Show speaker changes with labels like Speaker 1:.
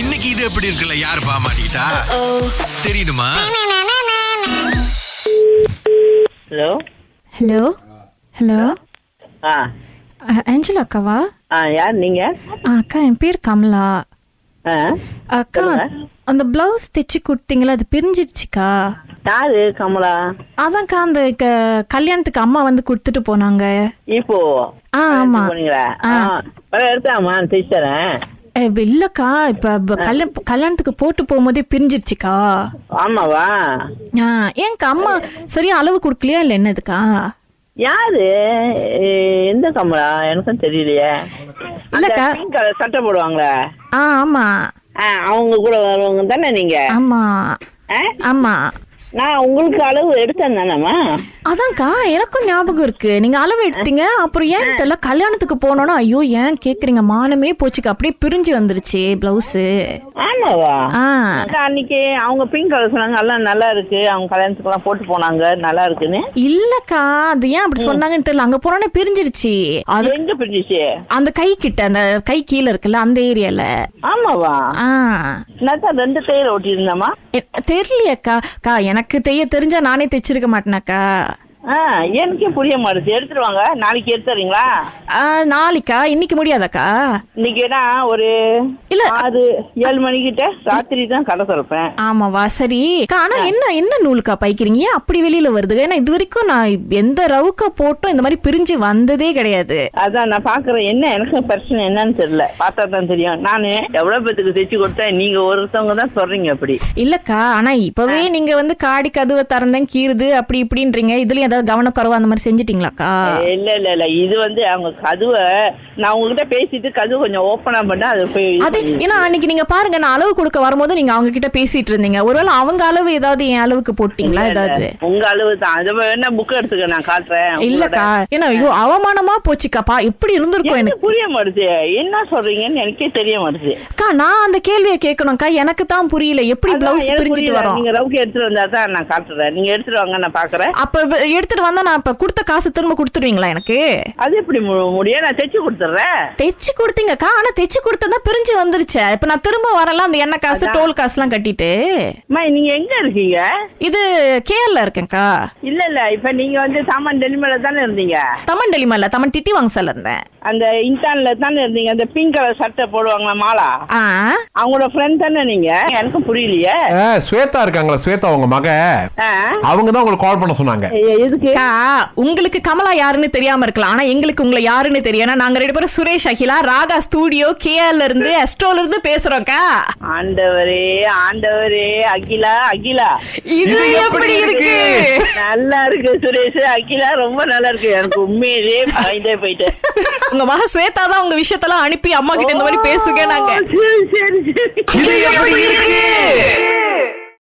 Speaker 1: இன்னைக்கு இது எப்படி இருக்குல்ல யார் பாமாட்டா தெரியுமா
Speaker 2: ஹலோ
Speaker 3: ஹலோ ஹலோ
Speaker 2: ஆ
Speaker 3: அ- ஆஞ்சலா அக்காவா
Speaker 2: ஆ Ah, யார் நீங்க
Speaker 3: ஆ, அக்கா என் பேர் கமலா
Speaker 2: ஆ
Speaker 3: அக்கா
Speaker 2: சொல்லுங்க.
Speaker 3: அந்த பிளவுஸ் தைச்சு கொடுத்தீங்களா அது பிரிஞ்சிடுச்சுக்கா
Speaker 2: யாரு கமலா
Speaker 3: அதான்க்கா அந்த க- கல்யாணத்துக்கு அம்மா வந்து கொடுத்துட்டு போனாங்க
Speaker 2: இப்போ
Speaker 3: ஆ ஆமா
Speaker 2: போனீங்களா
Speaker 3: ஆ.
Speaker 2: ஆ பரவ எடுத்தாமா தைச்சு தரேன்
Speaker 3: ஏ, இப்ப இல்லக்கா இப்ப இப்ப கல்யாண- கல்யாணத்துக்கு போட்டு போகும்போதே பிரிஞ்சிடுச்சுக்கா
Speaker 2: ஆமாவா
Speaker 3: ஆ, ஏன்க்கா அம்மா சரியா அளவு கொடுக்கலையா இல்ல என்னதுக்கா
Speaker 2: யாரு எ, எந்த கமலா எனக்கும் தெரியலையே அந்த
Speaker 3: இல்லக்கா.
Speaker 2: pink colour சட்டை போடுவாங்களே
Speaker 3: ஆ ஆமா
Speaker 2: ஆ அவங்க கூட வருவாங்க தானே நீங்க
Speaker 3: ஆமா
Speaker 2: ஆ?
Speaker 3: ஆமா
Speaker 2: நான் உங்களுக்கு அளவு எடுத்தேன் தானேம்மா
Speaker 3: அதான்க்கா எனக்கும் ஞாபகம் இருக்கு நீங்க அளவு எடுத்தீங்க அப்புறம் ஏன் தெரியல கல்யாணத்துக்கு போனோன்னா ஐயோ ஏன் கேக்குறீங்க மானமே போச்சுக்கா அப்படியே பிரிஞ்சு வந்துருச்சு பிளவுஸ்
Speaker 2: ஆமாவா
Speaker 3: ஆ
Speaker 2: அக்கா, அன்னைக்கு அவங்க பிங்க் கலர் சொன்னாங்க எல்லாம் நல்லா இருக்கு அவங்க கல்யாணத்துக்குலாம் போட்டு போனாங்க நல்லா இருக்குன்னு
Speaker 3: இல்லக்கா அது ஏன் அப்படி சொன்னாங்கன்னு தெரியல அங்க போனோன்னே பிரிஞ்சிருச்சு அது
Speaker 2: எங்க பிரிஞ்சிச்சு
Speaker 3: அந்த கை கிட்ட அந்த கை கீழ இருக்குல்ல அந்த ஏரியால
Speaker 2: ஆமாவா
Speaker 3: ஆ
Speaker 2: நான் தான் ரெண்டு தையல் ஒட்டியிருந்தேம்மா
Speaker 3: எ- தெரியலையேக்கா அக்கா எனக்கு தைய தெரிஞ்சா நானே தைச்சிருக்க மாட்டேனாக்கா
Speaker 2: ஆ எனக்கே புரிய மாட்டுது எடுத்துருவாங்க நாளைக்கு எடுத்துறீங்களா
Speaker 3: ஆ, நாளைக்கா இன்னைக்கு முடியாதாக்கா
Speaker 2: இன்னைக்கு நான் ஒரு
Speaker 3: இல்ல.
Speaker 2: ஆறு ஏழு மணிக்கிட்ட ராத்திரி தான் கடை திறப்பேன்
Speaker 3: ஆமாவா சரி அக்கா, ஆனா என்ன என்ன நூலுக்கா பைக்கிறீங்க ஏன் அப்படி வெளியில வருது ஏன்னா இது வரைக்கும் நான் எந்த ரவுக்கா போட்டும் இந்த மாதிரி பிரிஞ்சு வந்ததே கிடையாது
Speaker 2: அதான் நான் பாக்குறேன் என்ன எனக்கு பிரச்சனை என்னன்னு தெரியல பார்த்தா தான் தெரியும் நான் எவ்வளவு பேத்துக்கு தைச்சு கொடுத்தேன் நீங்க ஒருத்தவங்க தான் சொல்றீங்க அப்படி
Speaker 3: இல்லக்கா ஆனா இப்பவே நீங்க வந்து காடி கதவை திறந்தேன் கீறுது அப்படி இப்படின்றீங்க இதுலயும் ஏதாவது கவனக்குறைவா அந்த மாதிரி செஞ்சிட்டீங்களாக்கா
Speaker 2: இல்ல இல்ல இல்ல இது வந்து அவங்க கதுவை நான் உங்ககிட்ட பேசிட்டு கதவு கொஞ்சம் ஓப்பனா பண்ணா அது போய் இது
Speaker 3: அது
Speaker 2: பண்ணி-
Speaker 3: ஏன்னா அன்னைக்கு நீங்க பாருங்க நான் அளவு கொடுக்க வரும்போது நீங்க அவங்க கிட்ட பேசிட்டு இருந்தீங்க ஒருவேளை அவங்க அளவு ஏதாவது என் அளவுக்கு போட்டீங்களா ஏதாவது
Speaker 2: உங்க அளவு தான் அது வேணா புக் எடுத்துக்க நான் காட்டுறேன்
Speaker 3: இல்லக்கா ஏன்னா ஐயோ அவமானமா போச்சுக்காப்பா எப்படி இருந்திருக்கும் எனக்கு
Speaker 2: எனக்கு புரிய மாட்டுது என்ன சொல்றீங்கன்னு எனக்கே தெரிய மாட்டுது
Speaker 3: அக்கா நான் அந்த கேள்வியை கேட்கணும்க்கா எனக்கு தான் புரியல எப்படி
Speaker 2: அதான்
Speaker 3: பிளவுஸ்
Speaker 2: எனக்கு
Speaker 3: பிரிஞ்சிட்டு
Speaker 2: புரியல.
Speaker 3: வரோம்
Speaker 2: நீங்க ரவுக்கு எடுத்துட்டு வந்தா தான் நான் காட்டுறேன் நீங்க எடுத்துட்டு வாங்க நான் பாக்குறேன்
Speaker 3: அப்ப வ- எடுத்துட்டு வந்தா நான் இப்ப கொடுத்த காசு திரும்ப கொடுத்துருவீங்களா எனக்கு
Speaker 2: அது எப்படி மு- முடியும் நான் தைச்சு கொடுத்துறேன்
Speaker 3: தைச்சு கொடுத்தீங்கக்கா ஆனா தைச்சு கொடுத்ததா பிரிஞ்சு வந்துருச்சு இப்ப நான் திரும்ப வரலாம் அந்த எண்ணெய் காசு டோல் காசுலாம் கட்டிட்டு
Speaker 2: அம்மா நீங்க எங்க இருக்கீங்க
Speaker 3: இது கேரளா இருக்கேன்க்கா
Speaker 2: இல்ல இல்ல இப்ப நீங்க வந்து சாமான் டெலிமேல தானே இருந்தீங்க
Speaker 3: தமன் டெலிமால தமன் தித்தி வாங்கசால இருந்தேன்
Speaker 2: அந்த இன்டான்ல தானே இருந்தீங்க அந்த பிங்க் கலர் சட்டை போடுவாங்களா மாலா
Speaker 3: ஆ
Speaker 2: அவங்களோட ஃப்ரெண்ட் தானே நீங்க எனக்கும் புரியலையே
Speaker 4: ஆ, ஸ்வேதா இருக்காங்களா ஸ்வேதா உங்க மக
Speaker 2: ஆ?
Speaker 4: அவங்க தான் உங்களுக்கு கால் பண்ண சொன்னாங்க
Speaker 2: எ- எதுக்கு
Speaker 3: அக்கா உங்களுக்கு கமலா யாருன்னு தெரியாம இருக்கலாம் ஆனா எங்களுக்கு உங்களை யாருன்னு தெரியும் ஏன்னா நாங்க ரெண்டு பேரும் சுரேஷ் அகிலா ராகா ஸ்டூடியோ கேஎல்ல இருந்து எஸ்ட்ரோல இருந்து பேசுறோம்க்கா
Speaker 2: ஆண்டவரே ஆண்டவரே அகிலா அகிலா
Speaker 3: இது எப்படி இருக்கு
Speaker 2: நல்லா இருக்கு சுரேஷ் அகிலா ரொம்ப நல்லா இருக்கு எனக்கு உண்மையிலே பயந்தே போயிட்டேன்
Speaker 3: உங்க மக ஸ்வேதா தான் உங்க விஷயத்தெல்லாம் அனுப்பி அம்மா கிட்ட இந்த மாதிரி பேசுங்க நாங்க
Speaker 2: ஓ, சரி சரி சரி
Speaker 4: இது எப்படி இருக்கு